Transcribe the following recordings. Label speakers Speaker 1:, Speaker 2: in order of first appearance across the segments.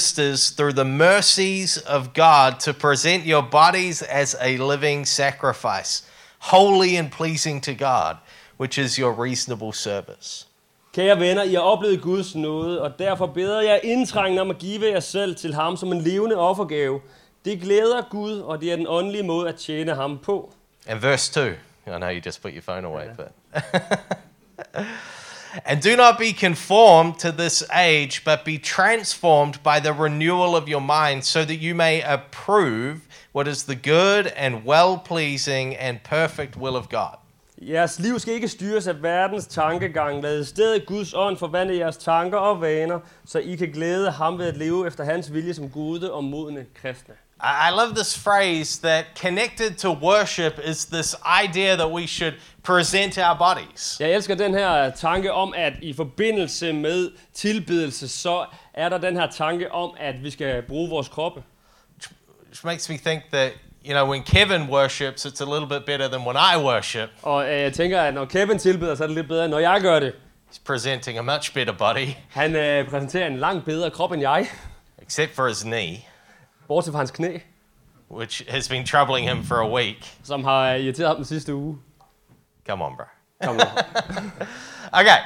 Speaker 1: sisters, through the mercies of God, to present your bodies as a living sacrifice, holy and pleasing to God, which is your reasonable service.
Speaker 2: Kære venner, I har oplevet Guds nåde, og derfor beder jeg indtrængende om at give jer selv til ham som en levende offergave. Det glæder Gud, og det er den åndelige måde at tjene ham på.
Speaker 1: And verse 2. I know you just put your phone away, but. and do not be conformed to this age, but be transformed by the renewal of your mind, so that you may approve what is the good and well pleasing and perfect will of God.
Speaker 2: Jeres liv skal ikke styres af verdens tankegang. Lad i stedet Guds ånd forvandle jeres tanker og vaner, så I kan glæde ham ved at leve efter hans vilje som gode og modne kristne.
Speaker 1: I I love this phrase that connected to worship is this idea that we should present our bodies.
Speaker 2: Jeg elsker den her tanke om, at i forbindelse med tilbedelse, så er der den her tanke om, at vi skal bruge vores kroppe.
Speaker 1: which makes me think that you know when Kevin worships, it's a little bit better than when I worship.
Speaker 2: Og øh, jeg tænker, at når Kevin tilbeder, så er det lidt bedre, end når jeg gør det.
Speaker 1: He's presenting a much better body,
Speaker 2: Han øh, præsenterer en langt bedre krop end jeg,
Speaker 1: except for his knee,
Speaker 2: bortset fra hans knæ,
Speaker 1: which has been troubling him for a week.
Speaker 2: som har øh, irriteret ham den sidste uge.
Speaker 1: Come on, bro.
Speaker 2: Kom nu.
Speaker 1: Okay,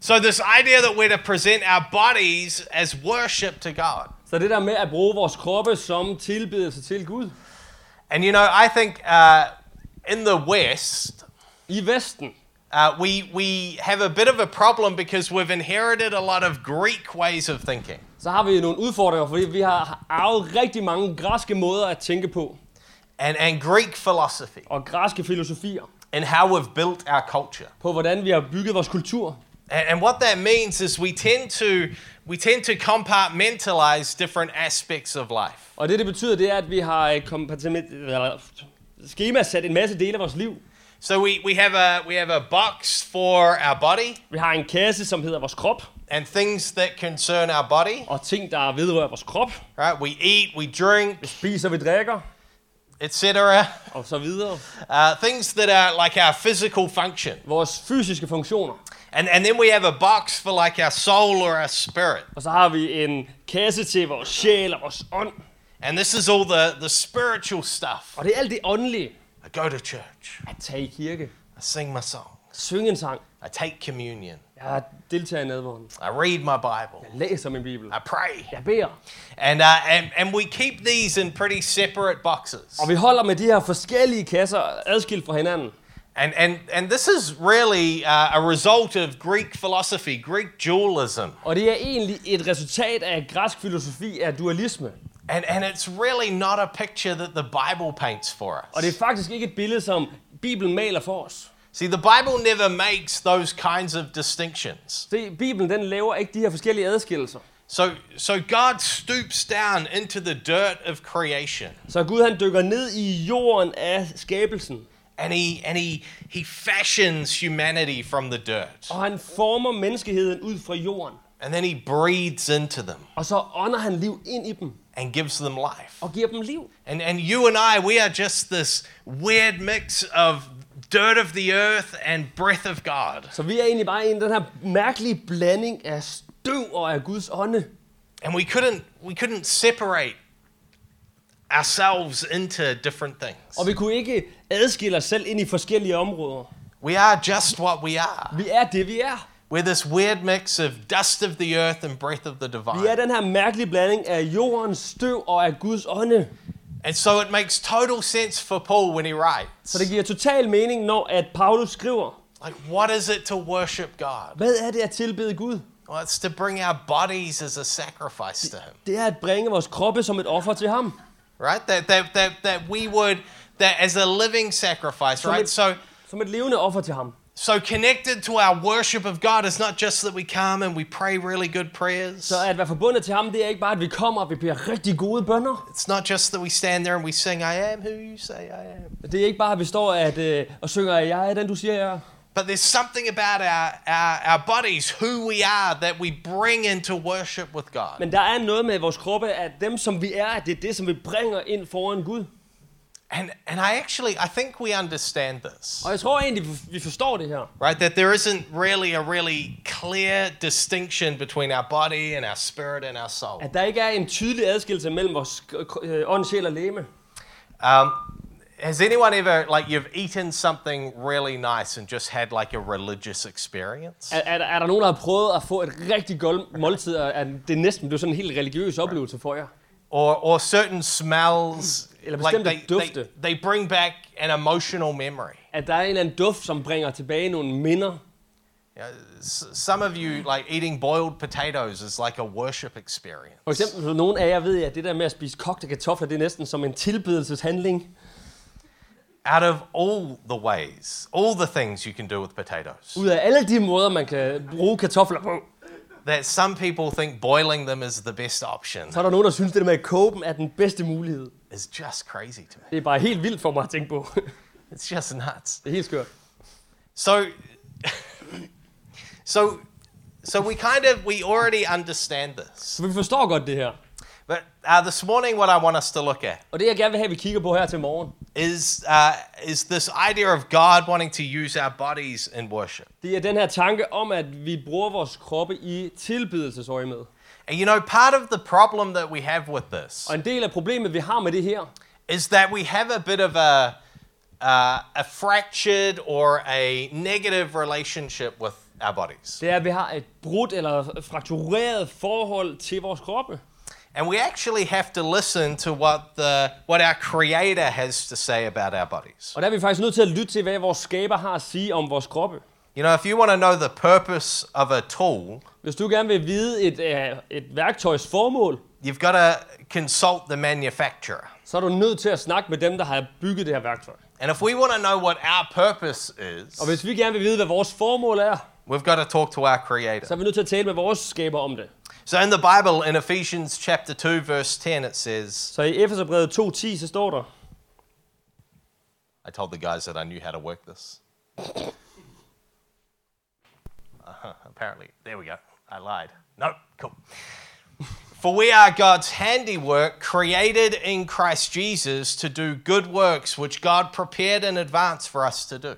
Speaker 1: so this idea that we're to present our bodies as worship to God,
Speaker 2: Så det der med at bruge vores kroppe som tilbedelse til Gud.
Speaker 1: and you know, I think uh, in the West.
Speaker 2: I Vesten,
Speaker 1: Uh, we, we have a bit of a problem because we've inherited a lot of Greek ways of thinking.
Speaker 2: så har vi nogle udfordringer, fordi vi har arvet rigtig mange græske måder at tænke på,
Speaker 1: and, and Greek philosophy
Speaker 2: og græske filosofier,
Speaker 1: and how we've built our culture.
Speaker 2: på hvordan vi har bygget vores kultur.
Speaker 1: And, and what that means is we tend to we tend to compartmentalize different aspects of life.
Speaker 2: Og det, det betyder, det er, at vi har øh, kompartiment- eller sat en masse dele af vores liv.
Speaker 1: So we, we have a we have a box for our body
Speaker 2: Vi har en kasse, som hedder vores krop,
Speaker 1: and things that concern our body.
Speaker 2: og ting, der vedrører vores krop.
Speaker 1: Right? We eat, we drink,
Speaker 2: Vi spiser, vi drikker,
Speaker 1: etc.
Speaker 2: og så videre.
Speaker 1: Uh, things that are like our physical function.
Speaker 2: Vores fysiske funktioner.
Speaker 1: And and then we have a box for like our soul or our spirit.
Speaker 2: Og så har vi en kasse til vores sjæl og vores ånd.
Speaker 1: And this is all the, the spiritual stuff.
Speaker 2: Og det er alt det åndelige.
Speaker 1: I go to church.
Speaker 2: At tage i kirke.
Speaker 1: I sing my songs.
Speaker 2: Synge en sang.
Speaker 1: I take communion.
Speaker 2: Jeg deltager i nadvåren.
Speaker 1: I read my Bible.
Speaker 2: Læser min bibel.
Speaker 1: I pray.
Speaker 2: Jeg beder.
Speaker 1: And, uh, and, and we keep these in pretty separate boxes.
Speaker 2: Og vi holder med de her forskellige kasser adskilt fra hinanden.
Speaker 1: And, and, and this is really uh, a result of Greek philosophy, Greek dualism.
Speaker 2: Og det er egentlig et resultat af græsk filosofi af dualisme.
Speaker 1: And, and it's really not a picture that the Bible paints for
Speaker 2: Og det er
Speaker 1: us.
Speaker 2: faktisk ikke et billede, som Bibelen maler for os.
Speaker 1: See, the Bible never makes those kinds of distinctions.
Speaker 2: Se, Bibelen den laver ikke de her forskellige adskillelser.
Speaker 1: So, so God stoops down into the dirt of creation
Speaker 2: Så Gud han dykker ned i jorden af skabelsen.
Speaker 1: and he, and he, he fashions humanity from the dirt.
Speaker 2: Og han former menneskeheden ud fra jorden.
Speaker 1: And then he breathes into them
Speaker 2: Og så ånder han liv ind i dem
Speaker 1: and gives them life.
Speaker 2: og giver dem liv.
Speaker 1: And, and you and I, we are just this weird mix of dirt of the earth and breath of God.
Speaker 2: Så vi er egentlig bare i den her mærkelige blanding af støv og af Guds ånde.
Speaker 1: And we couldn't, we couldn't separate ourselves into different things.
Speaker 2: Og vi kunne ikke adskille os selv ind i forskellige områder.
Speaker 1: We are just what we are.
Speaker 2: Vi er det, vi er.
Speaker 1: We're this weird mix of dust of the earth and breath of the
Speaker 2: Vi er
Speaker 1: divine.
Speaker 2: den her mærkelige blanding af jordens støv og af Guds ånde.
Speaker 1: And so it makes total sense for Paul when he
Speaker 2: Så
Speaker 1: writes
Speaker 2: det giver total mening, når at Paulus skriver,
Speaker 1: like, what is it to worship God?
Speaker 2: hvad er det at tilbede Gud?
Speaker 1: Well, it's to bring our bodies as a sacrifice to Him.
Speaker 2: Det er at bringe vores kroppe som et offer til ham.
Speaker 1: right? That that that that we would that as a living sacrifice,
Speaker 2: Som
Speaker 1: right?
Speaker 2: et,
Speaker 1: So
Speaker 2: som et levende offer til ham.
Speaker 1: so connected to our worship of God is not just that we come and we pray really good prayers.
Speaker 2: Så at være forbundet til ham, det er ikke bare, at vi kommer og vi bliver rigtig gode bønder.
Speaker 1: It's not just that we stand there and we sing, "I am who you say I am."
Speaker 2: Det er ikke bare, at vi står at, øh, og synger, at jeg er den, du siger, jeg er.
Speaker 1: But there's something about our, our our bodies, who we are, that we bring into worship with God.
Speaker 2: Men der er noget med vores kroppe, at dem, som vi er, at det er det, som vi bringer ind foran Gud.
Speaker 1: And and I actually I think we understand this.
Speaker 2: Og jeg tror egentlig, vi forstår det her.
Speaker 1: right? That there isn't really a really clear distinction between our body and our spirit and our soul.
Speaker 2: At der ikke er en tydelig adskillelse mellem vores øh, ånd, sjæl og læme.
Speaker 1: Um, has anyone ever like you've eaten something really nice and just had like a religious experience?
Speaker 2: Er, er, der- er der nogen, der har prøvet at få et rigtig godt måltid, og at det næsten blev sådan en helt religiøs oplevelse for jer?
Speaker 1: Or or certain smells
Speaker 2: Eller
Speaker 1: like they,
Speaker 2: bestemte
Speaker 1: they,
Speaker 2: dufte.
Speaker 1: they bring back an emotional memory.
Speaker 2: At der er en eller anden duft, som bringer tilbage nogle minder.
Speaker 1: Uh, S- some of you like eating boiled potatoes is like a worship experience.
Speaker 2: For eksempel, for nogle af jer ved, at det der med at spise kogte kartofler, det er næsten som en tilbedelseshandling.
Speaker 1: Out of all the ways, all the things you can do with potatoes.
Speaker 2: Ud af alle de måder, man kan bruge kartofler på,
Speaker 1: that some people think boiling them is the best option
Speaker 2: så er der nogen, der synes, det der med at koge dem er den bedste mulighed.
Speaker 1: is just crazy to me.
Speaker 2: Det er bare helt vildt for mig at tænke på.
Speaker 1: It's just nuts.
Speaker 2: det er helt skørt.
Speaker 1: So, so, so we kind of we already understand this,
Speaker 2: Så vi forstår godt det her.
Speaker 1: but uh, this morning what I want us to look at
Speaker 2: Og det, jeg gerne vil have, at vi kigger på her til morgen,
Speaker 1: is uh, is this idea of God wanting to use our bodies in worship.
Speaker 2: det er den her tanke om, at vi bruger vores kroppe i tilbedelsesøjemed.
Speaker 1: And you know, part of the problem that we have with this
Speaker 2: Og en del af problemet, vi har med det her,
Speaker 1: is that we have a bit of a uh, a fractured or a negative relationship with our bodies.
Speaker 2: det er, at vi har et brudt eller fraktureret forhold til vores kroppe.
Speaker 1: And we actually have to listen to what the what our creator has to say about our bodies.
Speaker 2: Og der er vi faktisk nødt til at lytte til, hvad vores skaber har at sige om vores kroppe.
Speaker 1: You know, if you want to know the purpose of a tool,
Speaker 2: Hvis du gerne vil vide et, øh, et værktøjs formål,
Speaker 1: you've got to consult the manufacturer.
Speaker 2: så er du nødt til at snakke med dem, der har bygget det her værktøj.
Speaker 1: And if we want to know what our purpose is,
Speaker 2: Og hvis vi gerne vil vide, hvad vores formål er,
Speaker 1: we've got to talk to our
Speaker 2: så er
Speaker 1: creator.
Speaker 2: vi nødt til at tale med vores skaber om det.
Speaker 1: So in the Bible in Ephesians chapter 2 verse 10 it says,
Speaker 2: Så i Efeserbrevet 2.10, så står der,
Speaker 1: I told the guys that I knew how to work this. Uh-huh, apparently. There we go. I lied. No, cool. For we are God's handiwork, created in Christ Jesus to do good works which God prepared in advance for us to do.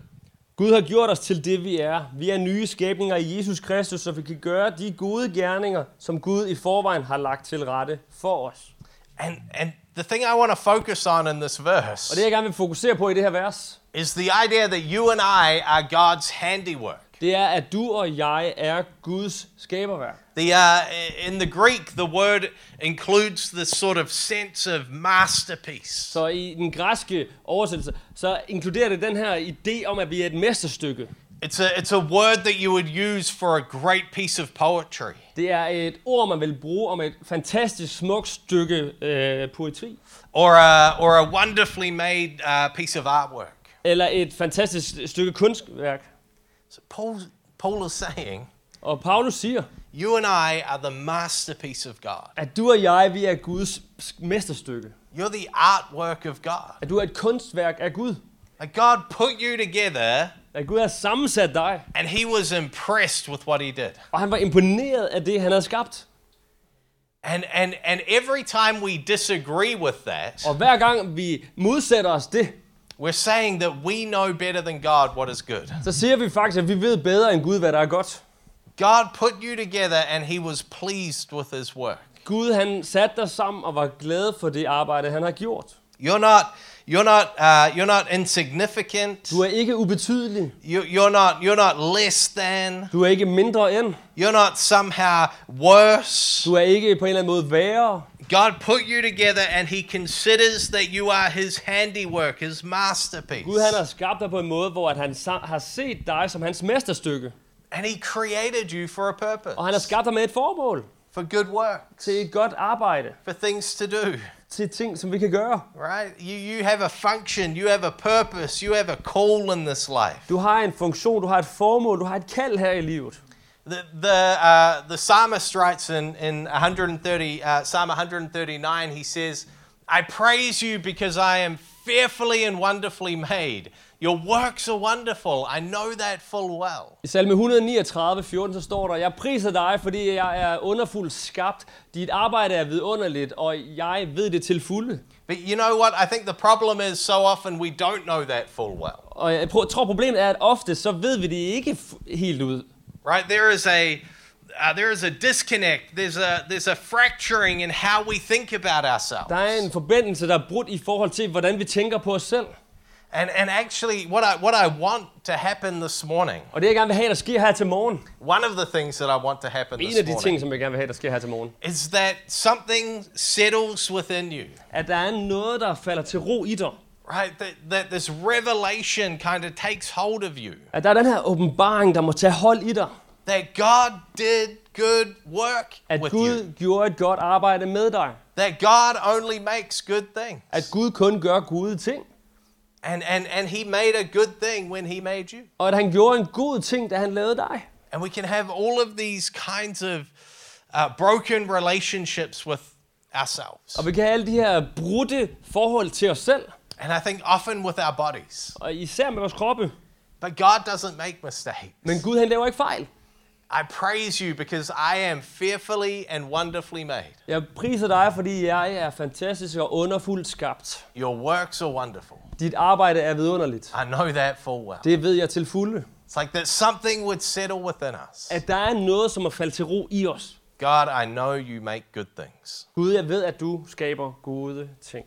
Speaker 2: Gud har gjort os til det, vi er. Vi er nye skabninger i Jesus Kristus, så vi kan gøre de gode gerninger, som Gud i forvejen har lagt til rette for os.
Speaker 1: And and the thing I want to focus on in this
Speaker 2: Og
Speaker 1: verse
Speaker 2: det, jeg gerne vil fokusere på i det her vers,
Speaker 1: is the idea that you and I are God's handiwork.
Speaker 2: det er, at du og jeg er Guds skaberværk.
Speaker 1: The uh, in the Greek, the word includes this sort of sense of masterpiece.
Speaker 2: Så i den græske oversættelse, så inkluderer det den her idé om, at vi er et mesterstykke.
Speaker 1: It's a it's a word that you would use for a great piece of poetry.
Speaker 2: Det er et ord, man vil bruge om et fantastisk smukt stykke øh, poetri.
Speaker 1: or a, or a wonderfully made uh, piece of artwork.
Speaker 2: Eller et fantastisk stykke kunstværk.
Speaker 1: So Paul, Paul is saying,
Speaker 2: Og Paulus siger,
Speaker 1: you and I are the masterpiece of God.
Speaker 2: at du og jeg, vi er Guds mesterstykke.
Speaker 1: You're the artwork of God.
Speaker 2: At du er et kunstværk af Gud.
Speaker 1: Like God put you together,
Speaker 2: At Gud har sammensat dig,
Speaker 1: and He was impressed with what He did.
Speaker 2: og han var imponeret af det, han havde skabt.
Speaker 1: And and and every time we disagree with that,
Speaker 2: Og hver gang vi modsætter os det,
Speaker 1: we're saying that we know better than God what is good.
Speaker 2: så siger vi faktisk, at vi ved bedre end Gud, hvad der er godt.
Speaker 1: God put you together, and He was pleased with His work.
Speaker 2: Gud han satte dig sammen og var glad for det arbejde, han har gjort.
Speaker 1: You're not. You're not. Uh, you're not insignificant.
Speaker 2: Du er ikke ubetydelig.
Speaker 1: You, you're not you're not less than.
Speaker 2: Du er ikke mindre end.
Speaker 1: You're not somehow worse.
Speaker 2: Du er ikke på en eller anden måde værre.
Speaker 1: God put you together and he considers that you are his handiwork, his masterpiece.
Speaker 2: Gud han har skabt dig på en måde, hvor at han sa- har set dig som hans mesterstykke.
Speaker 1: And he created you for a purpose.
Speaker 2: Og han har skabt dig med et formål.
Speaker 1: For good works,
Speaker 2: Til et godt arbejde.
Speaker 1: for things to do,
Speaker 2: Til ting, som vi kan gøre.
Speaker 1: right? You you have a function, you have a purpose, you have a call in this life.
Speaker 2: Du har en funktion, du har et formål, du har et kald her i livet.
Speaker 1: The the uh, the psalmist writes in in 130 uh, Psalm 139 he says, "I praise you because I am fearfully and wonderfully made. Your works are wonderful. I know that full well.
Speaker 2: I salme 139, 14, så står der, Jeg priser dig, fordi jeg er underfuldt skabt. Dit arbejde er vidunderligt, og jeg ved det til fulde.
Speaker 1: But you know what? I think the problem is so often we don't know that full well.
Speaker 2: Og jeg pro- tror, problemet er, at ofte så ved vi det ikke f- helt ud.
Speaker 1: Right? There is a uh, there is a disconnect. There's a there's a fracturing in how we think about ourselves.
Speaker 2: Der er en forbindelse, der er brudt i forhold til, hvordan vi tænker på os selv.
Speaker 1: And and actually what I what I want to happen this morning.
Speaker 2: Og det, jeg gerne vil have, der sker her til morgen,
Speaker 1: One of the things that I want to happen
Speaker 2: en af
Speaker 1: this
Speaker 2: de
Speaker 1: morning
Speaker 2: ting, som jeg gerne vil have, der sker her til morgen,
Speaker 1: is that something settles within you.
Speaker 2: at der er noget, der falder til ro i dig.
Speaker 1: Right? That that this revelation kind of takes hold of you.
Speaker 2: At der er den her åbenbaring, der må tage hold i dig.
Speaker 1: That God did good work
Speaker 2: At
Speaker 1: with
Speaker 2: Gud
Speaker 1: you.
Speaker 2: gjorde et godt arbejde med dig.
Speaker 1: That God only makes good things.
Speaker 2: At Gud kun gør gode ting.
Speaker 1: And and and he made a good thing when he made you.
Speaker 2: Og at han gjorde en god ting, da han lavede dig.
Speaker 1: And we can have all of these kinds of uh, broken relationships with ourselves.
Speaker 2: Og vi kan have alle de her brudte forhold til os selv.
Speaker 1: And I think often with our bodies.
Speaker 2: Og især med vores kroppe.
Speaker 1: But God doesn't make mistakes.
Speaker 2: Men Gud han laver ikke fejl.
Speaker 1: I praise you because I am fearfully and wonderfully made.
Speaker 2: Jeg priser dig, fordi jeg er fantastisk og underfuldt skabt.
Speaker 1: Your works are wonderful.
Speaker 2: Dit arbejde er vidunderligt.
Speaker 1: I know that full well.
Speaker 2: Det ved jeg til fulde.
Speaker 1: It's like that something would settle within us.
Speaker 2: At der er noget, som er faldet til ro i os.
Speaker 1: God, I know you make good things.
Speaker 2: Gud, jeg ved, at du skaber gode ting.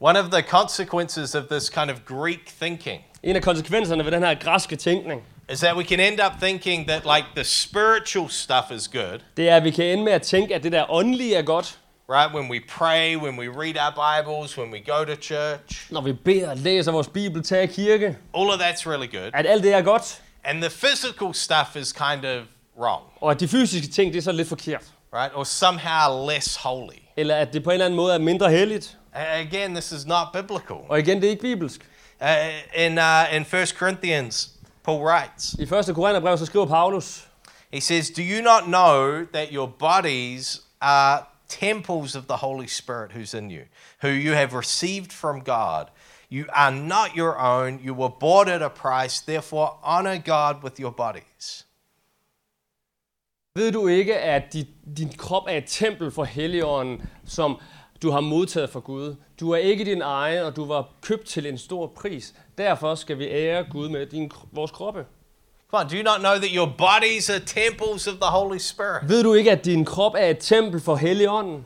Speaker 1: One of the consequences of this kind of Greek thinking
Speaker 2: En af konsekvenserne ved den her græske tænkning,
Speaker 1: is that we can end up thinking that like the spiritual stuff is good
Speaker 2: det er, at vi kan ende med at tænke, at det der åndelige er godt.
Speaker 1: right? When we pray, when we read our Bibles, when we go to church,
Speaker 2: Når vi beder og læser vores bibel, tager i kirke.
Speaker 1: all of that's really good.
Speaker 2: At alt det er godt.
Speaker 1: And the physical stuff is kind of wrong,
Speaker 2: Og at de fysiske ting, det er så lidt forkert.
Speaker 1: right? Or somehow less holy.
Speaker 2: Eller at det på en eller anden måde er mindre helligt.
Speaker 1: A- Again, this is not biblical.
Speaker 2: Og igen, det er ikke bibelsk.
Speaker 1: Uh, in, uh, in 1 Corinthians, Paul writes,
Speaker 2: I 1. Korintherbrev, så skriver Paulus,
Speaker 1: he says, Do you not know that your bodies are temples of the Holy Spirit who's in you, who you have received from God? You are not your own. You were bought at a price. Therefore, honor God with your bodies.
Speaker 2: Ved du ikke, at dit, din krop er et tempel for Helligånden, som du har modtaget fra Gud? Du er ikke din egen, og du var købt til en stor pris. Derfor skal vi ære Gud med din, vores kroppe.
Speaker 1: Come on, do you not know that your bodies are temples of the Holy Spirit?
Speaker 2: Ved du ikke, at din krop er et tempel for Helligånden?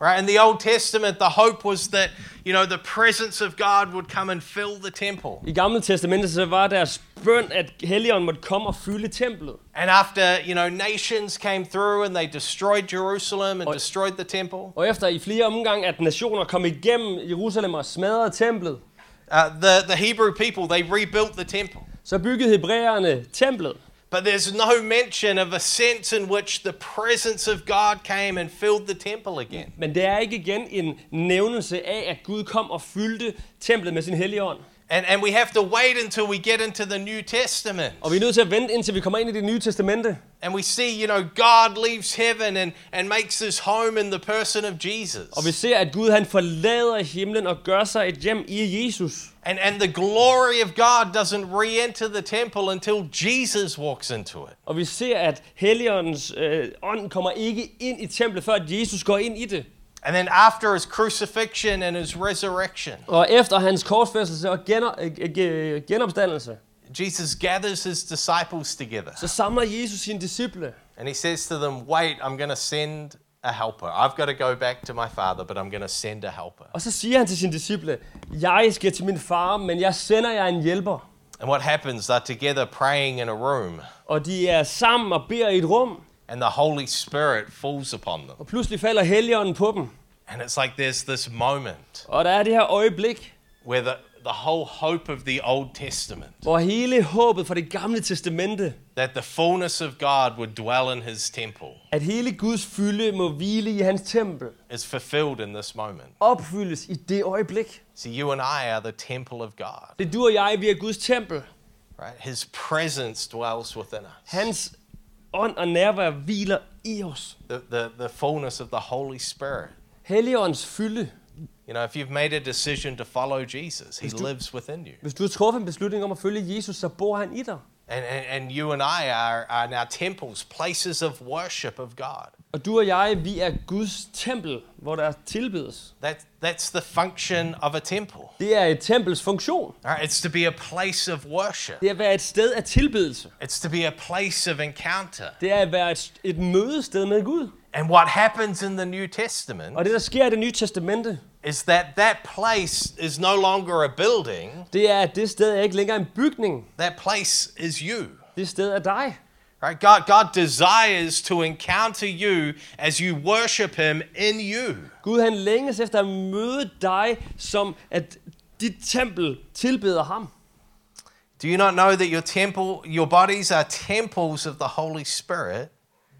Speaker 1: Right? In the Old Testament, the hope was that, you know, the presence of God would come and fill the temple.
Speaker 2: I Gamle Testamentet så var deres bøn, at Helligånden måtte komme og fylde templet.
Speaker 1: And after, you know, nations came through and they destroyed Jerusalem and destroyed the temple,
Speaker 2: Og efter i flere omgange, at nationer kom igennem Jerusalem og smadrede templet,
Speaker 1: uh, the, the Hebrew people, they rebuilt the temple.
Speaker 2: så byggede hebræerne templet.
Speaker 1: But there's no mention of a sense in which the presence of God came and filled the temple again.
Speaker 2: Men det er ikke igen en nævnelse af, at Gud kom og fyldte templet med sin hellige ånd.
Speaker 1: And, and we have to wait until we get into the New Testament.
Speaker 2: Og vi er nødt til at vente, indtil vi kommer ind i det nye testamente.
Speaker 1: And we see, you know, God leaves heaven and, and makes his home in the person of Jesus.
Speaker 2: Og vi ser, at Gud han forlader himlen og gør sig et hjem i Jesus.
Speaker 1: And, and the glory of God doesn't re enter the temple until Jesus walks into it.
Speaker 2: Og vi ser, at Helligåndens øh, ånd kommer ikke ind i templet, før at Jesus går ind i det.
Speaker 1: And then after his crucifixion and his resurrection,
Speaker 2: Og efter hans korsfæstelse og gener, øh, øh, genopstandelse,
Speaker 1: Jesus gathers his disciples together
Speaker 2: så samler Jesus sine disciple.
Speaker 1: and he says to them, Wait, I'm going to send a helper. I've got to go back to my father, but I'm going to send a helper.
Speaker 2: Og så siger han til sine disciple, jeg skal til min far, men jeg sender jer en hjælper.
Speaker 1: And what happens? They're together praying in a room
Speaker 2: Og de er sammen og beder i et rum,
Speaker 1: and the Holy Spirit falls upon them.
Speaker 2: og pludselig falder Helligånden på dem.
Speaker 1: And it's like there's this moment.
Speaker 2: Og der er det her øjeblik,
Speaker 1: where the, the whole hope of the Old Testament,
Speaker 2: hvor hele håbet fra det gamle testamente,
Speaker 1: that the fullness of God would dwell in his temple,
Speaker 2: at hele Guds fylde må hvile i hans tempel,
Speaker 1: is fulfilled in this moment.
Speaker 2: opfyldes i det øjeblik.
Speaker 1: See, you and I are the temple of God,
Speaker 2: Det er du og jeg, vi er Guds tempel.
Speaker 1: right? His presence dwells within us.
Speaker 2: Hans ånd og nærvær hviler i os.
Speaker 1: The, the, the fullness of the Holy Spirit.
Speaker 2: Helligåndens fylde.
Speaker 1: You You know, if you've made a decision to follow Jesus, he lives within you.
Speaker 2: Hvis du har truffet en beslutning om at følge Jesus, så bor han i dig.
Speaker 1: And, and, and you and I are, are now temples, places of worship of God.
Speaker 2: Og du og jeg, vi er Guds tempel, hvor der tilbedes.
Speaker 1: That, that's the function of a temple.
Speaker 2: Det er et tempels funktion.
Speaker 1: All right, it's to be a place of worship,
Speaker 2: Det er at være et sted af tilbedelse.
Speaker 1: it's to be a place of encounter.
Speaker 2: Det er at være et, et mødested med Gud.
Speaker 1: And what happens in the New Testament
Speaker 2: Og det, der sker i det nye testamente,
Speaker 1: is that that place is no longer a building,
Speaker 2: det er, at det sted er ikke længere en bygning.
Speaker 1: that place is you.
Speaker 2: Det sted er dig.
Speaker 1: Right? God, God desires to encounter you as you worship Him in you.
Speaker 2: Gud han længes efter at møde dig, som at dit tempel tilbeder ham.
Speaker 1: Do you not know that your temple, your bodies are temples of the Holy Spirit?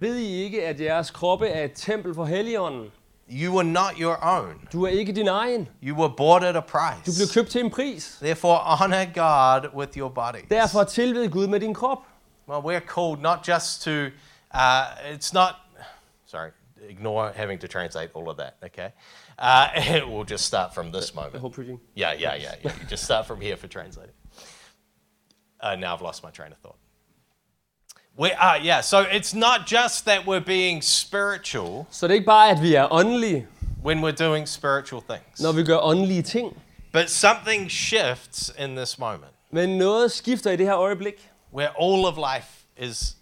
Speaker 2: Ved I ikke, at jeres kroppe er et tempel for Helligånden?
Speaker 1: You were not your own.
Speaker 2: Du er ikke din egen.
Speaker 1: You were bought at a
Speaker 2: Du blev
Speaker 1: price.
Speaker 2: købt til en pris.
Speaker 1: Therefore, honor God with your body.
Speaker 2: Derfor tilbed Gud med din krop.
Speaker 1: Well, we're called not just to, uh, it's not, sorry, ignore having to translate all of that, okay? Uh, we'll just start from this moment.
Speaker 2: Jeg håber, preaching.
Speaker 1: Yeah, yeah, yeah, yeah. You just start from here for translating. Uh, now I've lost my train of thought. We are, yeah. So it's not just that we're being spiritual
Speaker 2: Så det er ikke bare, at vi er åndelige,
Speaker 1: when we're doing spiritual things,
Speaker 2: når vi gør åndelige ting.
Speaker 1: but something shifts in this moment
Speaker 2: Men noget skifter i det her øjeblik,
Speaker 1: where all of life is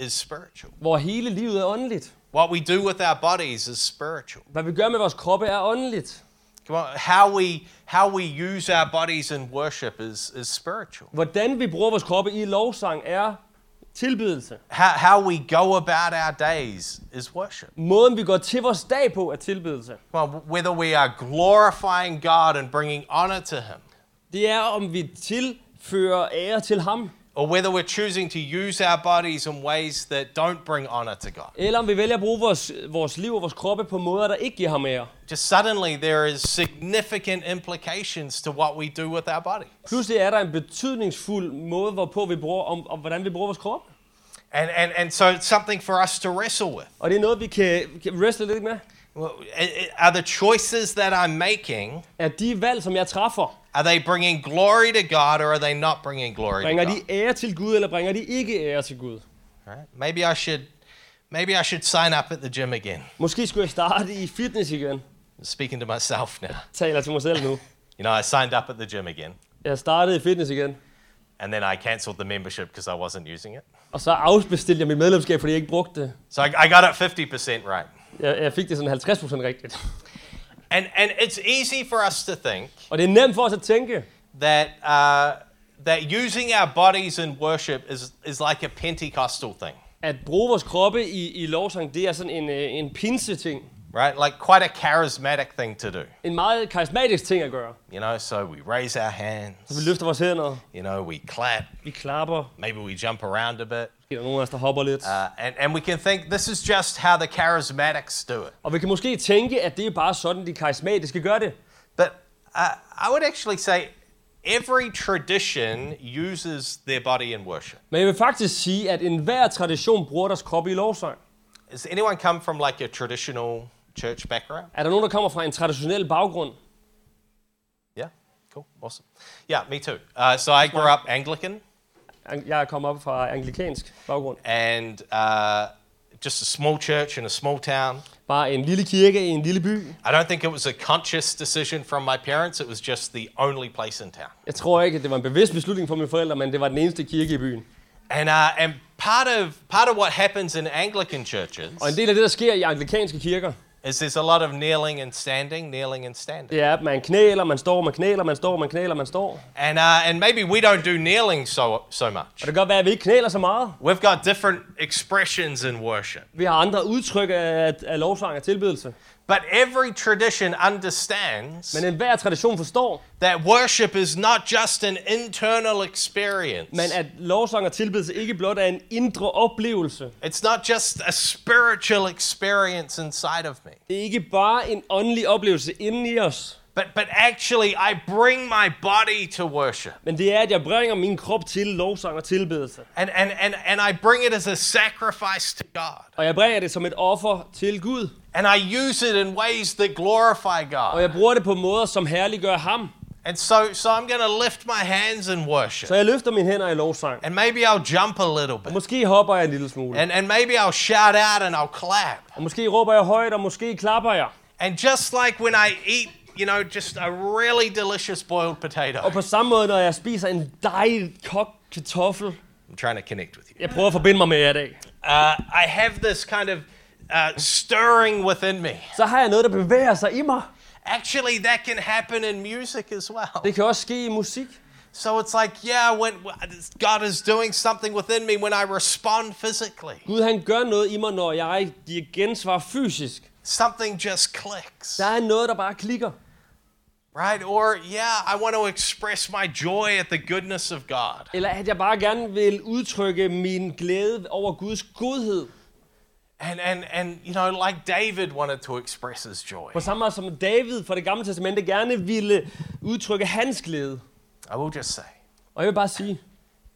Speaker 1: is spiritual.
Speaker 2: hvor hele livet er åndeligt.
Speaker 1: What we do with our bodies is spiritual.
Speaker 2: Hvad vi gør med vores kroppe er åndeligt.
Speaker 1: Come on, how we how we use our bodies in worship is is spiritual.
Speaker 2: Hvordan vi bruger vores kroppe i lovsang er tilbedelse.
Speaker 1: How how we go about our days is worship.
Speaker 2: Måden vi går til vores dag på er tilbedelse.
Speaker 1: Well, whether we are glorifying God and bringing honor to Him,
Speaker 2: Det er, om vi tilfører ære til ham,
Speaker 1: or whether we're choosing to use our bodies in ways that don't bring honor to God.
Speaker 2: eller om vi vælger at bruge vores, vores liv og vores kroppe på måder, der ikke giver ham ære.
Speaker 1: Just suddenly, there is significant implications to what we do with our body.
Speaker 2: Pludselig er der en betydningsfuld måde, hvorpå vi bruger, om, om hvordan vi bruger vores krop.
Speaker 1: And, and, and so it's something for us to wrestle with.
Speaker 2: Og det er noget, vi kan, kan wrestle lidt med.
Speaker 1: Well, i- i- Are the choices that I'm making,
Speaker 2: Er de valg, som jeg træffer,
Speaker 1: are they bringing glory to God or are they not bringing glory to
Speaker 2: bringer
Speaker 1: God?
Speaker 2: de ære til Gud, eller bringer de ikke ære til Gud?
Speaker 1: Right? Maybe I should, maybe I should sign up at the gym again.
Speaker 2: Måske skulle jeg starte i fitness igen.
Speaker 1: speaking to myself now.
Speaker 2: Taler til mig selv nu.
Speaker 1: You know, I signed up at the gym again.
Speaker 2: Jeg startede i fitness igen,
Speaker 1: and then I cancelled the membership because I wasn't using it.
Speaker 2: og så afbestilte jeg mit medlemskab, fordi jeg ikke brugte det.
Speaker 1: So I, I got it 50% right.
Speaker 2: Jeg, jeg fik det sådan 50% rigtigt.
Speaker 1: And, and it's easy for us to think
Speaker 2: Og det er nemt for os at tænke,
Speaker 1: that, uh, that using our bodies in worship is, is like a Pentecostal thing,
Speaker 2: at bruge vores kroppe i, i lovsang, det er sådan en, øh, en pinse ting.
Speaker 1: right? Like quite a charismatic thing to do.
Speaker 2: En meget karismatisk ting at gøre.
Speaker 1: You know, so we raise our
Speaker 2: Vi
Speaker 1: hands,
Speaker 2: løfter vores hænder,
Speaker 1: you know, we clap,
Speaker 2: vi klapper,
Speaker 1: maybe we jump around a bit.
Speaker 2: der er nogen af os, der hopper lidt.
Speaker 1: Uh, and, and we can think this is just how the charismatics do it.
Speaker 2: Og vi kan måske tænke, at det er bare sådan, de karismatiske gør det.
Speaker 1: But uh, I would actually say every tradition uses their body in worship.
Speaker 2: Men jeg vil faktisk sige, at enhver tradition bruger deres krop i lovsang.
Speaker 1: Has anyone come from like a traditional church background?
Speaker 2: Er der nogen, der kommer fra en traditionel baggrund?
Speaker 1: Yeah, cool, awesome. Yeah, me too. Uh, so I grew up Anglican
Speaker 2: Ang- Jeg kommer op fra anglikansk baggrund.
Speaker 1: and uh, just a small church in a small town.
Speaker 2: Bare en lille kirke i en lille by.
Speaker 1: I don't think it was a conscious decision from my parents, it was just the only place in town.
Speaker 2: Jeg tror ikke, at det var en bevidst beslutning for mine forældre, men det var den eneste kirke i byen.
Speaker 1: And, uh, and part, of, part of what happens in Anglican churches
Speaker 2: Og en del af det, der sker i anglikanske kirker,
Speaker 1: is there's a lot of kneeling and standing, kneeling and standing.
Speaker 2: det er, at man knæler, man står, man knæler, man står, man knæler, man står.
Speaker 1: And, uh, and maybe we don't do kneeling so, so
Speaker 2: Og
Speaker 1: much.
Speaker 2: det kan godt være, at vi ikke knæler så meget.
Speaker 1: We've got different expressions in worship.
Speaker 2: Vi har andre udtryk af, af lovsang og tilbedelse.
Speaker 1: But every tradition understands
Speaker 2: Men enhver tradition forstår,
Speaker 1: that worship is not just an internal experience,
Speaker 2: men at lovsang og tilbedelse ikke blot er en indre oplevelse.
Speaker 1: it's not just a spiritual experience inside of me.
Speaker 2: Det er ikke bare en åndelig oplevelse inden i os.
Speaker 1: But, but actually, I bring my body to worship.
Speaker 2: Men det er, at jeg bringer min krop til lovsang og tilbedelse.
Speaker 1: And, and, and, and I bring it as a sacrifice to God.
Speaker 2: Og jeg bringer det som et offer til Gud.
Speaker 1: And I use it in ways that glorify
Speaker 2: Og
Speaker 1: God.
Speaker 2: jeg bruger det på måder, som herliggør ham.
Speaker 1: And so, so I'm going to lift my hands in worship.
Speaker 2: Så jeg løfter mine hænder i lovsang.
Speaker 1: And maybe I'll jump a little bit.
Speaker 2: Måske hopper jeg en lille smule.
Speaker 1: And, and maybe I'll shout out and I'll clap.
Speaker 2: Og måske råber jeg højt, og måske klapper jeg.
Speaker 1: And just like when I eat, you know, just a really delicious boiled
Speaker 2: Og
Speaker 1: potato.
Speaker 2: på samme måde, når jeg spiser en dejlig kok kartoffel.
Speaker 1: I'm trying to connect with you.
Speaker 2: Jeg prøver at forbinde mig med jer i dag.
Speaker 1: Uh, I have this kind of uh, stirring within me.
Speaker 2: Så har jeg noget, der bevæger sig i mig.
Speaker 1: Actually, that can happen in music as well.
Speaker 2: Det kan også ske i musik.
Speaker 1: So it's like, yeah, when God is doing something within me when I respond physically,
Speaker 2: Gud han gør noget i mig, når jeg giver gensvar fysisk.
Speaker 1: something just clicks,
Speaker 2: Der er noget, der bare klikker.
Speaker 1: right? Or, yeah, I want to express my joy at the goodness of God.
Speaker 2: Eller at jeg bare gerne vil udtrykke min glæde over Guds godhed.
Speaker 1: And, and, and, you know, like David wanted to express his joy.
Speaker 2: På samme måde som David fra det gamle testamente gerne ville udtrykke hans glæde.
Speaker 1: I will just say,
Speaker 2: Og jeg vil bare sige,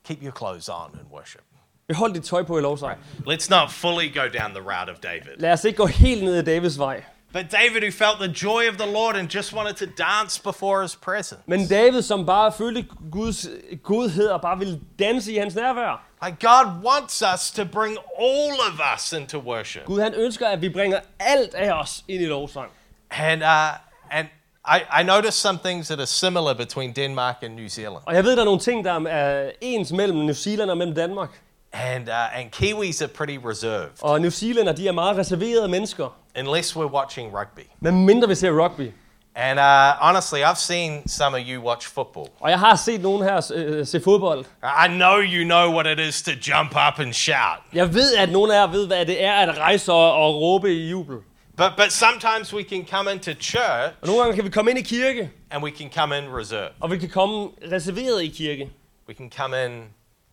Speaker 1: keep your clothes on in worship.
Speaker 2: behold dit tøj på i lovsang.
Speaker 1: Let's not fully go down the route of David.
Speaker 2: Lad os ikke gå helt ned ad Davids vej.
Speaker 1: But David, who felt the joy of the Lord and just wanted to dance before his presence.
Speaker 2: Men David, som bare følte Guds godhed og bare ville danse i hans nærvær.
Speaker 1: Like, God wants us to bring all of us into worship.
Speaker 2: Gud han ønsker, at vi bringer alt af os ind i lovsang.
Speaker 1: And uh, and I, I noticed some things that are similar between Denmark and New Zealand.
Speaker 2: Og jeg ved, der er nogle ting, der er ens mellem New Zealand og mellem Danmark.
Speaker 1: And uh, and Kiwis are pretty reserved,
Speaker 2: Og New Zealander, de er meget reserverede mennesker.
Speaker 1: unless we're watching rugby.
Speaker 2: Men mindre vi ser rugby.
Speaker 1: And uh, honestly, I've seen some of you watch football.
Speaker 2: Og jeg har set nogen her øh, se fodbold.
Speaker 1: I know you know what it is to jump up and shout,
Speaker 2: Jeg ved, at nogen af jer ved, hvad det er at rejse og, og råbe i jubel.
Speaker 1: but but sometimes we can come into church
Speaker 2: Og nogle gange kan vi komme ind i kirke,
Speaker 1: and we can come in reserved.
Speaker 2: og vi kan komme reserveret i kirke.
Speaker 1: We can come in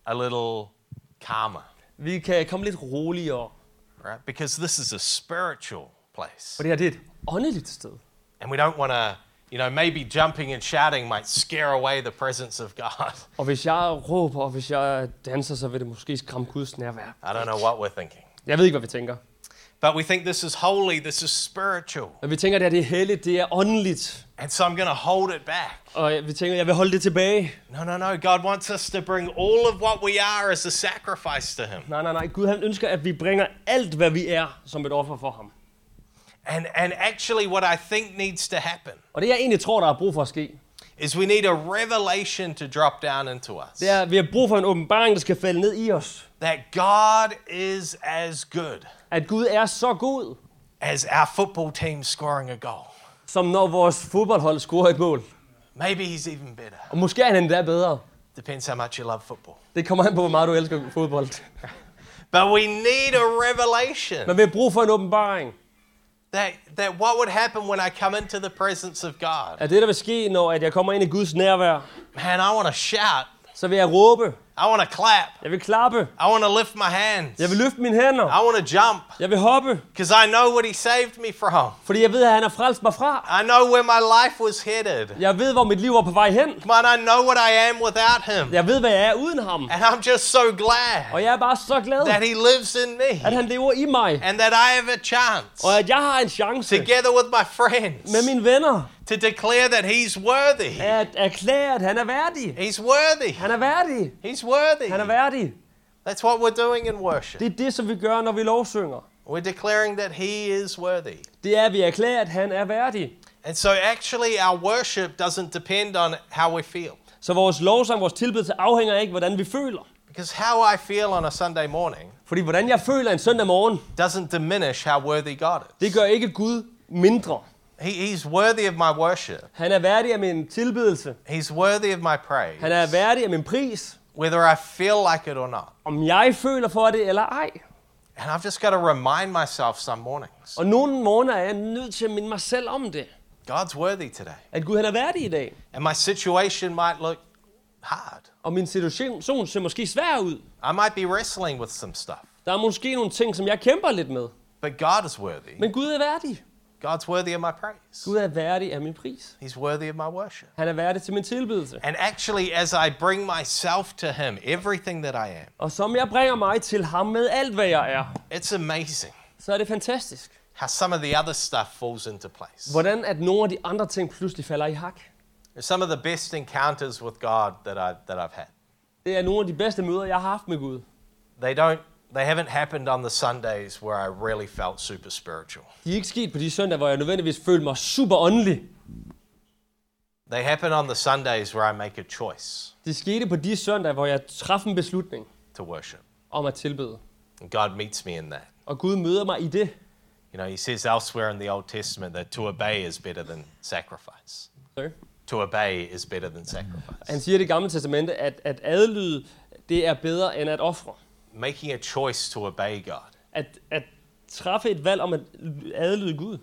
Speaker 1: a little calmer,
Speaker 2: Vi kan komme lidt roligere.
Speaker 1: right? Because this is a spiritual place,
Speaker 2: For det her, det er et åndeligt sted.
Speaker 1: and we don't want to. You know, maybe jumping and shouting might scare away the presence of God.
Speaker 2: Og hvis jeg råber, og hvis jeg danser, så vil det måske skræmme Guds nærvær.
Speaker 1: I don't know what we're thinking.
Speaker 2: Jeg ved ikke, hvad vi tænker.
Speaker 1: But we think this is holy, this is spiritual.
Speaker 2: Men vi tænker, at det, her, det er helligt, det er åndeligt.
Speaker 1: And so I'm going to hold it back.
Speaker 2: Og vi tænker, at jeg vil holde det tilbage.
Speaker 1: No, no, no. God wants us to bring all of what we are as a sacrifice to Him.
Speaker 2: Nej, nej, nej. Gud han ønsker, at vi bringer alt, hvad vi er, som et offer for ham.
Speaker 1: And, and actually, what I think needs to happen
Speaker 2: Og det, jeg egentlig tror, der er brug for at ske,
Speaker 1: is we need a revelation to drop down into us
Speaker 2: det er, at vi har brug for en åbenbaring, der skal falde ned i os.
Speaker 1: that God is as good
Speaker 2: At Gud er så god,
Speaker 1: as our football team scoring a goal.
Speaker 2: som når vores fodboldhold scorer et mål.
Speaker 1: Maybe He's even better.
Speaker 2: Og måske er han endda bedre.
Speaker 1: Depends how much you love football.
Speaker 2: Det kommer an på, hvor meget du elsker fodbold.
Speaker 1: But we need a revelation
Speaker 2: Men vi har brug for en åbenbaring.
Speaker 1: that, that what would happen when I come into the presence of God.
Speaker 2: At det, der vil ske, når at jeg kommer ind i Guds nærvær,
Speaker 1: Man, I want to shout.
Speaker 2: så vil jeg råbe,
Speaker 1: I want to clap.
Speaker 2: jeg vil klappe,
Speaker 1: I want to lift my hands.
Speaker 2: jeg vil løfte mine hænder,
Speaker 1: I want to jump
Speaker 2: jeg vil hoppe,
Speaker 1: because I know what he saved me from.
Speaker 2: fordi jeg ved, at han har frelst mig fra.
Speaker 1: I know where my life was headed.
Speaker 2: Jeg ved, hvor mit liv var på vej hen.
Speaker 1: Come on, I know what I am without him.
Speaker 2: Jeg ved, hvad jeg er uden ham.
Speaker 1: And I'm just so glad
Speaker 2: Og jeg er bare så glad,
Speaker 1: that he lives in me
Speaker 2: at han lever i mig.
Speaker 1: and that I have a chance,
Speaker 2: Og at jeg har en chance
Speaker 1: together with my
Speaker 2: med
Speaker 1: friends,
Speaker 2: mine venner
Speaker 1: to declare that he's worthy.
Speaker 2: at erklære, at han er værdig.
Speaker 1: He's worthy.
Speaker 2: Han er værdig.
Speaker 1: He's worthy.
Speaker 2: Han er værdig.
Speaker 1: That's what we're doing in worship.
Speaker 2: Det er det, som vi gør, når vi lovsynger.
Speaker 1: We're declaring that he is worthy.
Speaker 2: Det er, at vi erklærer, at han er værdig.
Speaker 1: And so, actually, our worship doesn't depend on how we feel.
Speaker 2: Så vores lovsang, vores tilbedelse afhænger ikke, hvordan vi føler.
Speaker 1: Because how I feel on a Sunday morning
Speaker 2: Fordi hvordan jeg føler en søndag morgen,
Speaker 1: doesn't diminish how worthy God is.
Speaker 2: det gør ikke Gud mindre.
Speaker 1: He, he's worthy of my worship.
Speaker 2: Han er værdig af min tilbedelse.
Speaker 1: He's worthy of my praise,
Speaker 2: Han er værdig af min pris.
Speaker 1: whether I feel like it or not.
Speaker 2: Om jeg føler for det eller ej.
Speaker 1: And I've just got to remind myself some mornings
Speaker 2: Og nogle morgener er jeg nødt til at minde mig selv om det.
Speaker 1: God's worthy today.
Speaker 2: At Gud han er værdig i dag.
Speaker 1: And my situation might look hard.
Speaker 2: Og min situation ser måske svær ud.
Speaker 1: I might be wrestling with some stuff,
Speaker 2: Der er måske nogle ting, som jeg kæmper lidt med.
Speaker 1: but God is worthy.
Speaker 2: Men Gud er værdig.
Speaker 1: God's worthy of my praise.
Speaker 2: Gud er værdig af min pris.
Speaker 1: He's worthy of my worship.
Speaker 2: Han er værdig til min tilbedelse.
Speaker 1: And actually, as I bring myself to Him, everything that I am,
Speaker 2: Og som jeg bringer mig til ham med alt, hvad jeg er,
Speaker 1: it's amazing
Speaker 2: så er det fantastisk.
Speaker 1: how some of the other stuff falls into place.
Speaker 2: Hvordan at nogle af de andre ting pludselig falder i hak.
Speaker 1: Some of the best encounters with God that I've, that I've had,
Speaker 2: Det er nogle af de bedste møder, jeg har haft med Gud.
Speaker 1: they don't, they haven't happened on the Sundays where I really felt super spiritual.
Speaker 2: De er ikke sket på de søndage, hvor jeg nødvendigvis følte mig super åndelig.
Speaker 1: They happen on the Sundays where I make a choice
Speaker 2: Det skete på de søndage, hvor jeg traf en beslutning
Speaker 1: to worship.
Speaker 2: om at tilbede.
Speaker 1: And God meets me in that.
Speaker 2: Og Gud møder mig i det.
Speaker 1: You know, he says elsewhere in the Old Testament that to obey is better than sacrifice.
Speaker 2: Sorry.
Speaker 1: To obey is better than
Speaker 2: Han
Speaker 1: sacrifice.
Speaker 2: siger i det gamle testamente, at, at adlyde, det er bedre end at ofre.
Speaker 1: Making a choice to obey God,
Speaker 2: At, at træffe et valg om at adlyde Gud,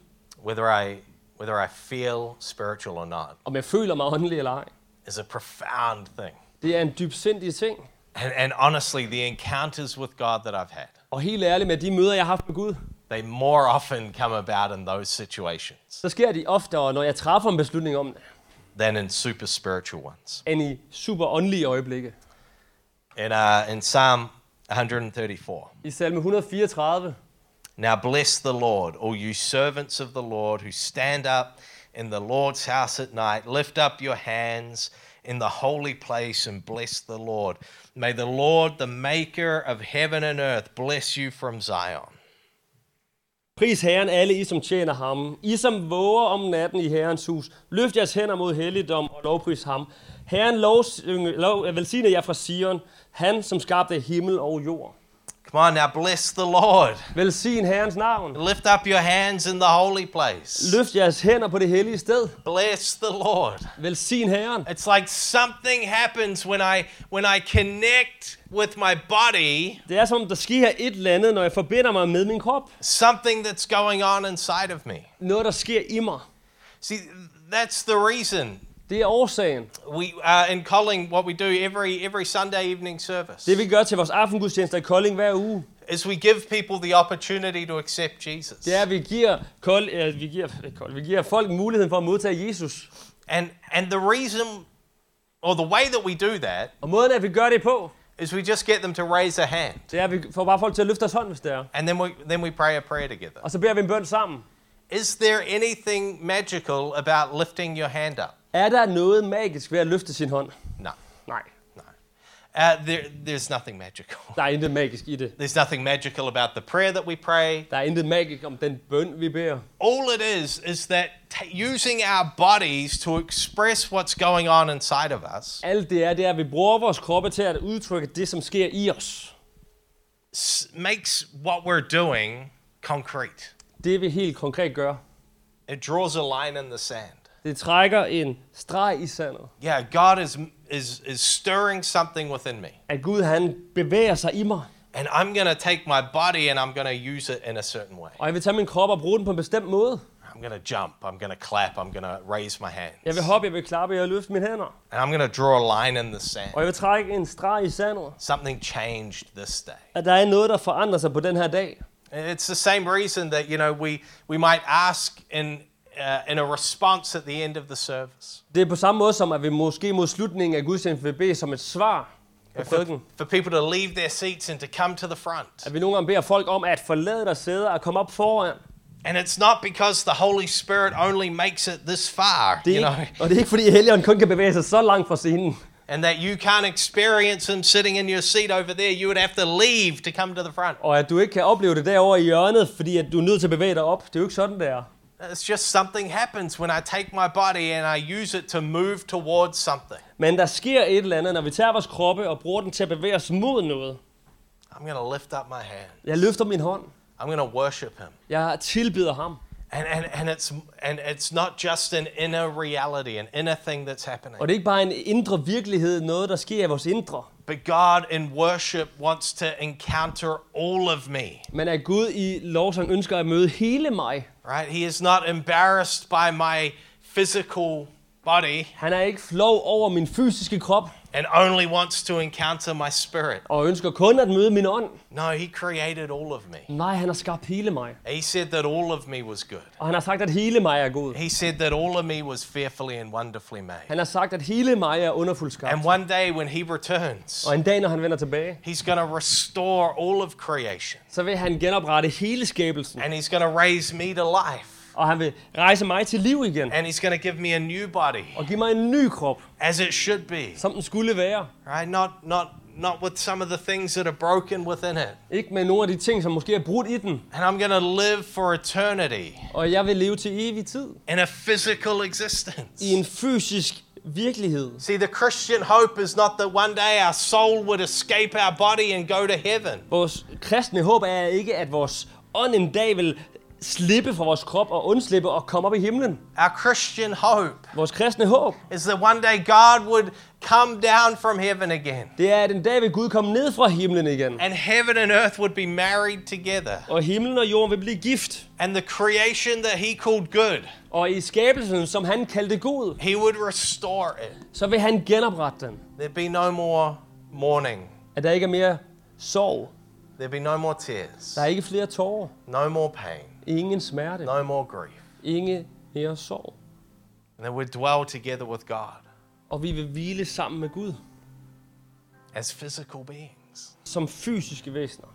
Speaker 1: whether I whether I feel spiritual or not,
Speaker 2: om jeg føler mig åndelig eller ej,
Speaker 1: is a profound thing.
Speaker 2: det er en dybsindig ting.
Speaker 1: And, and honestly, the encounters with God that I've had,
Speaker 2: Og helt ærligt med de møder, jeg har haft med Gud,
Speaker 1: they more often come about in those situations
Speaker 2: så sker de oftere, når jeg træffer en beslutning om det,
Speaker 1: than in super spiritual ones.
Speaker 2: end i super åndelige øjeblikke.
Speaker 1: In, uh, in Psalm 134,
Speaker 2: I salme 134,
Speaker 1: Now bless the Lord, all you servants of the Lord who stand up in the Lord's house at night. Lift up your hands in the holy place and bless the Lord. May the Lord, the maker of heaven and earth, bless you from Zion.
Speaker 2: Pris Herren alle I, som tjener ham. I, som våger om natten i Herrens hus. Løft jeres hænder mod helligdom og lovpris ham. Herren lovsynge, lov, øh, velsigne jer fra Sion. Han, som skabte himmel og jord.
Speaker 1: Come on now, bless the Lord.
Speaker 2: Velsign Herrens navn.
Speaker 1: Lift up your hands in the holy place.
Speaker 2: Løft jeres hænder på det hellige sted.
Speaker 1: Bless the Lord.
Speaker 2: Velsign Herren.
Speaker 1: It's like something happens when I when I connect with my body,
Speaker 2: Det er som, om der sker et eller andet, når jeg forbinder mig med min krop.
Speaker 1: something that's going on inside of me.
Speaker 2: Noget, der sker i mig.
Speaker 1: See, that's the reason
Speaker 2: Det er årsagen.
Speaker 1: we uh, in Colling, what we do every every Sunday evening service
Speaker 2: Det vi gør til vores aftengudstjenester i Kolding hver uge,
Speaker 1: is we give people the opportunity to accept Jesus.
Speaker 2: det er, at vi giver, kold, øh, vi, giver, ikke kold, vi giver folk muligheden for at modtage Jesus.
Speaker 1: And and the reason or the way that we do that
Speaker 2: Og måden, at vi gør det på,
Speaker 1: is we just get them to raise a hand
Speaker 2: Det er, at vi får bare folk til at løfte deres hånd, hvis det er.
Speaker 1: and then we then we pray a prayer together.
Speaker 2: Og så beder vi en bøn sammen.
Speaker 1: Is there anything magical about lifting your hand up?
Speaker 2: Er der noget magisk ved at løfte sin hånd?
Speaker 1: No.
Speaker 2: Nej.
Speaker 1: No. Uh, there, there's nothing magical.
Speaker 2: Der er intet magisk i det.
Speaker 1: There's nothing magical about the prayer that we pray.
Speaker 2: Der er intet magisk om den bøn, vi beder.
Speaker 1: All it is is that t- using our bodies to express what's going on inside of us
Speaker 2: Alt det er, det er, at vi bruger vores kroppe til at udtrykke det, som sker i os.
Speaker 1: s- makes what we're doing concrete.
Speaker 2: Det vi helt konkret gør.
Speaker 1: It draws a line in the sand.
Speaker 2: Det trækker en streg i sandet.
Speaker 1: Yeah, God is is is stirring something within me,
Speaker 2: At Gud, han bevæger sig i mig.
Speaker 1: and I'm gonna take my body and I'm gonna use it in a certain way.
Speaker 2: Og jeg vil tage min krop og bruge den på en bestemt måde.
Speaker 1: I'm gonna jump. I'm gonna clap. I'm gonna raise my hands,
Speaker 2: Jeg vil hoppe, jeg vil klappe, jeg vil løfte mine hænder.
Speaker 1: and I'm gonna draw a line in the sand.
Speaker 2: Og jeg vil trække en streg i sandet.
Speaker 1: Something changed this day.
Speaker 2: At der er noget, der forandrer sig på den her dag.
Speaker 1: It's the same reason that you know we we might ask in uh, in a response at the end of the service
Speaker 2: Det er på samme måde som, at vi måske mod slutningen af gudstjenesten vil bede som et svar på
Speaker 1: for,
Speaker 2: prædiken.
Speaker 1: for people to leave their seats and to come to the front.
Speaker 2: At vi nogle gange beder folk om at forlade deres sæder og komme op foran.
Speaker 1: And it's not because the Holy Spirit only makes it this far,
Speaker 2: Det er
Speaker 1: you know,
Speaker 2: ikke, og det er ikke, fordi Helligånden kun kan bevæge sig så langt fra scenen.
Speaker 1: and that you can't experience Him sitting in your seat over there. You would have to leave to come to the front.
Speaker 2: Og at du ikke kan opleve det derovre i hjørnet, fordi at du er nødt til at bevæge dig op. Det er jo ikke sådan, det er.
Speaker 1: It's just something happens when I take my body and I use it to move towards something.
Speaker 2: Men der sker et eller andet, når vi tager vores kroppe og bruger den til at bevæge os mod noget.
Speaker 1: I'm going to lift up my hand.
Speaker 2: Jeg løfter min hånd.
Speaker 1: I'm going to worship Him.
Speaker 2: Jeg tilbyder ham.
Speaker 1: And, and, and, it's, and it's not just an inner reality, an inner thing that's happening.
Speaker 2: Og det er ikke bare en indre virkelighed, noget der sker i vores indre.
Speaker 1: But God in worship wants to encounter all of me,
Speaker 2: Men at Gud i lovsang ønsker at møde hele mig.
Speaker 1: right? He is not embarrassed by my physical body
Speaker 2: Han er ikke flov over min fysiske krop,
Speaker 1: and only wants to encounter my spirit.
Speaker 2: og ønsker kun at møde min ånd.
Speaker 1: No, he created all of me.
Speaker 2: Nej, han har skabt hele mig.
Speaker 1: He said that all of me was good.
Speaker 2: Og han har sagt, at hele mig er god.
Speaker 1: He said that all of me was fearfully and wonderfully made.
Speaker 2: Han har sagt, at hele mig er underfuldt skabt.
Speaker 1: And one day when he returns,
Speaker 2: Og en dag, når han vender tilbage,
Speaker 1: he's going to restore all of creation
Speaker 2: så vil han genoprette hele skabelsen.
Speaker 1: and he's going to raise me to life
Speaker 2: Og han vil rejse mig til liv igen.
Speaker 1: and he's going to give me a new body
Speaker 2: Og give mig en ny krop,
Speaker 1: as it should be.
Speaker 2: som den skulle være.
Speaker 1: Right? Not not not with some of the things that are broken within it.
Speaker 2: Ikke med nogle af de ting, som måske er brudt i den.
Speaker 1: And I'm going to live for eternity
Speaker 2: Og jeg vil leve til evig tid.
Speaker 1: in a physical existence.
Speaker 2: I en fysisk virkelighed.
Speaker 1: See, the Christian hope is not that one day our soul would escape our body and go to heaven.
Speaker 2: Vores kristne håb er ikke, at vores ånd en dag vil slippe fra vores krop og undslippe og komme op i himlen.
Speaker 1: Our Christian hope
Speaker 2: Vores kristne håb,
Speaker 1: is that one day God would come down from heaven again
Speaker 2: det er, at en dag vil Gud komme ned fra himlen igen.
Speaker 1: and heaven and earth would be married together
Speaker 2: Og himlen og jorden vil blive gift.
Speaker 1: and the creation that he called good,
Speaker 2: Og i skabelsen, som han kaldte Gud,
Speaker 1: he would restore it.
Speaker 2: så vil han genoprette den.
Speaker 1: There'd be no more mourning,
Speaker 2: At der ikke er mere sorg.
Speaker 1: there'd be no more tears,
Speaker 2: Der er ikke flere tårer.
Speaker 1: no more pain,
Speaker 2: Ingen smerte.
Speaker 1: no more grief.
Speaker 2: Ingen mere sorg.
Speaker 1: And that we'd dwell together with God
Speaker 2: Og vi vil hvile sammen med Gud.
Speaker 1: as physical beings.
Speaker 2: Som fysiske væsener.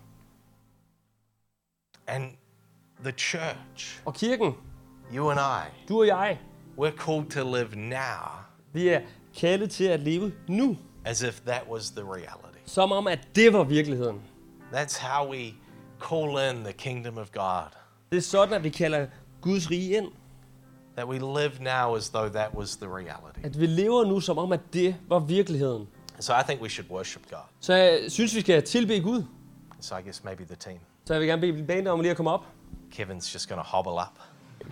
Speaker 1: And the church,
Speaker 2: Og kirken,
Speaker 1: you and I,
Speaker 2: du og jeg,
Speaker 1: We're called to live now
Speaker 2: vi er kaldet til at leve nu.
Speaker 1: as if that was the reality.
Speaker 2: Som om, at det var virkeligheden.
Speaker 1: That's how we call in the kingdom of God.
Speaker 2: Det er sådan, at vi kalder Guds rige ind.
Speaker 1: That we live now as though that was the reality.
Speaker 2: At vi lever nu, som om, at det var virkeligheden.
Speaker 1: So I think we should worship God.
Speaker 2: Så jeg synes, vi skal tilbede Gud.
Speaker 1: So I guess maybe the team.
Speaker 2: Så jeg vil gerne bede bandet om lige at komme op.
Speaker 1: Kevin's just going to hobble up.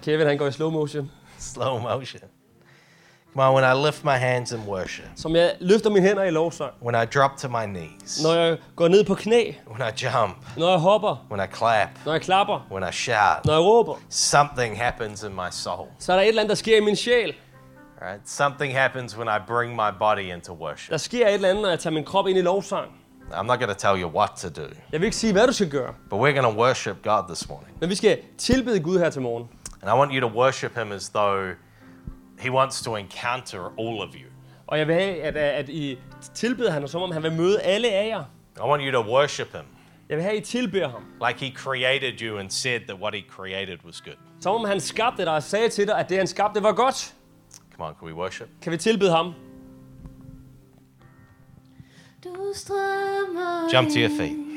Speaker 2: Kevin, han går i slow motion.
Speaker 1: Slow motion. Come on, when I lift my hands in worship,
Speaker 2: Som jeg løfter mine hænder i lovsang.
Speaker 1: when I drop to my knees,
Speaker 2: Når jeg går ned på knæ.
Speaker 1: when I jump,
Speaker 2: Når jeg hopper.
Speaker 1: when I clap,
Speaker 2: Når jeg klapper.
Speaker 1: when I shout,
Speaker 2: Når jeg råber.
Speaker 1: something happens in my soul.
Speaker 2: Så er der et eller andet, der sker i min sjæl.
Speaker 1: Right? Something happens when I bring my body into worship.
Speaker 2: Der sker et eller andet, når jeg tager min krop ind i lovsang.
Speaker 1: I'm not going to tell you what to do.
Speaker 2: Jeg vil ikke sige, hvad du skal gøre.
Speaker 1: But we're going to worship God this morning.
Speaker 2: Men vi skal tilbede Gud her til morgen.
Speaker 1: And I want you to worship Him as though He wants to encounter all of you.
Speaker 2: Og jeg vil have, at, at I tilbeder ham, som om han vil møde alle af jer.
Speaker 1: I want you to worship Him
Speaker 2: Jeg vil have, at I tilbeder ham.
Speaker 1: like He created you and said that what He created was good.
Speaker 2: Som om han skabte dig og sagde til dig, at det han skabte var godt.
Speaker 1: Come on, can we worship?
Speaker 2: Kan vi tilbede ham?
Speaker 3: Du strømmer
Speaker 1: Jump to your
Speaker 3: ind.
Speaker 1: feet.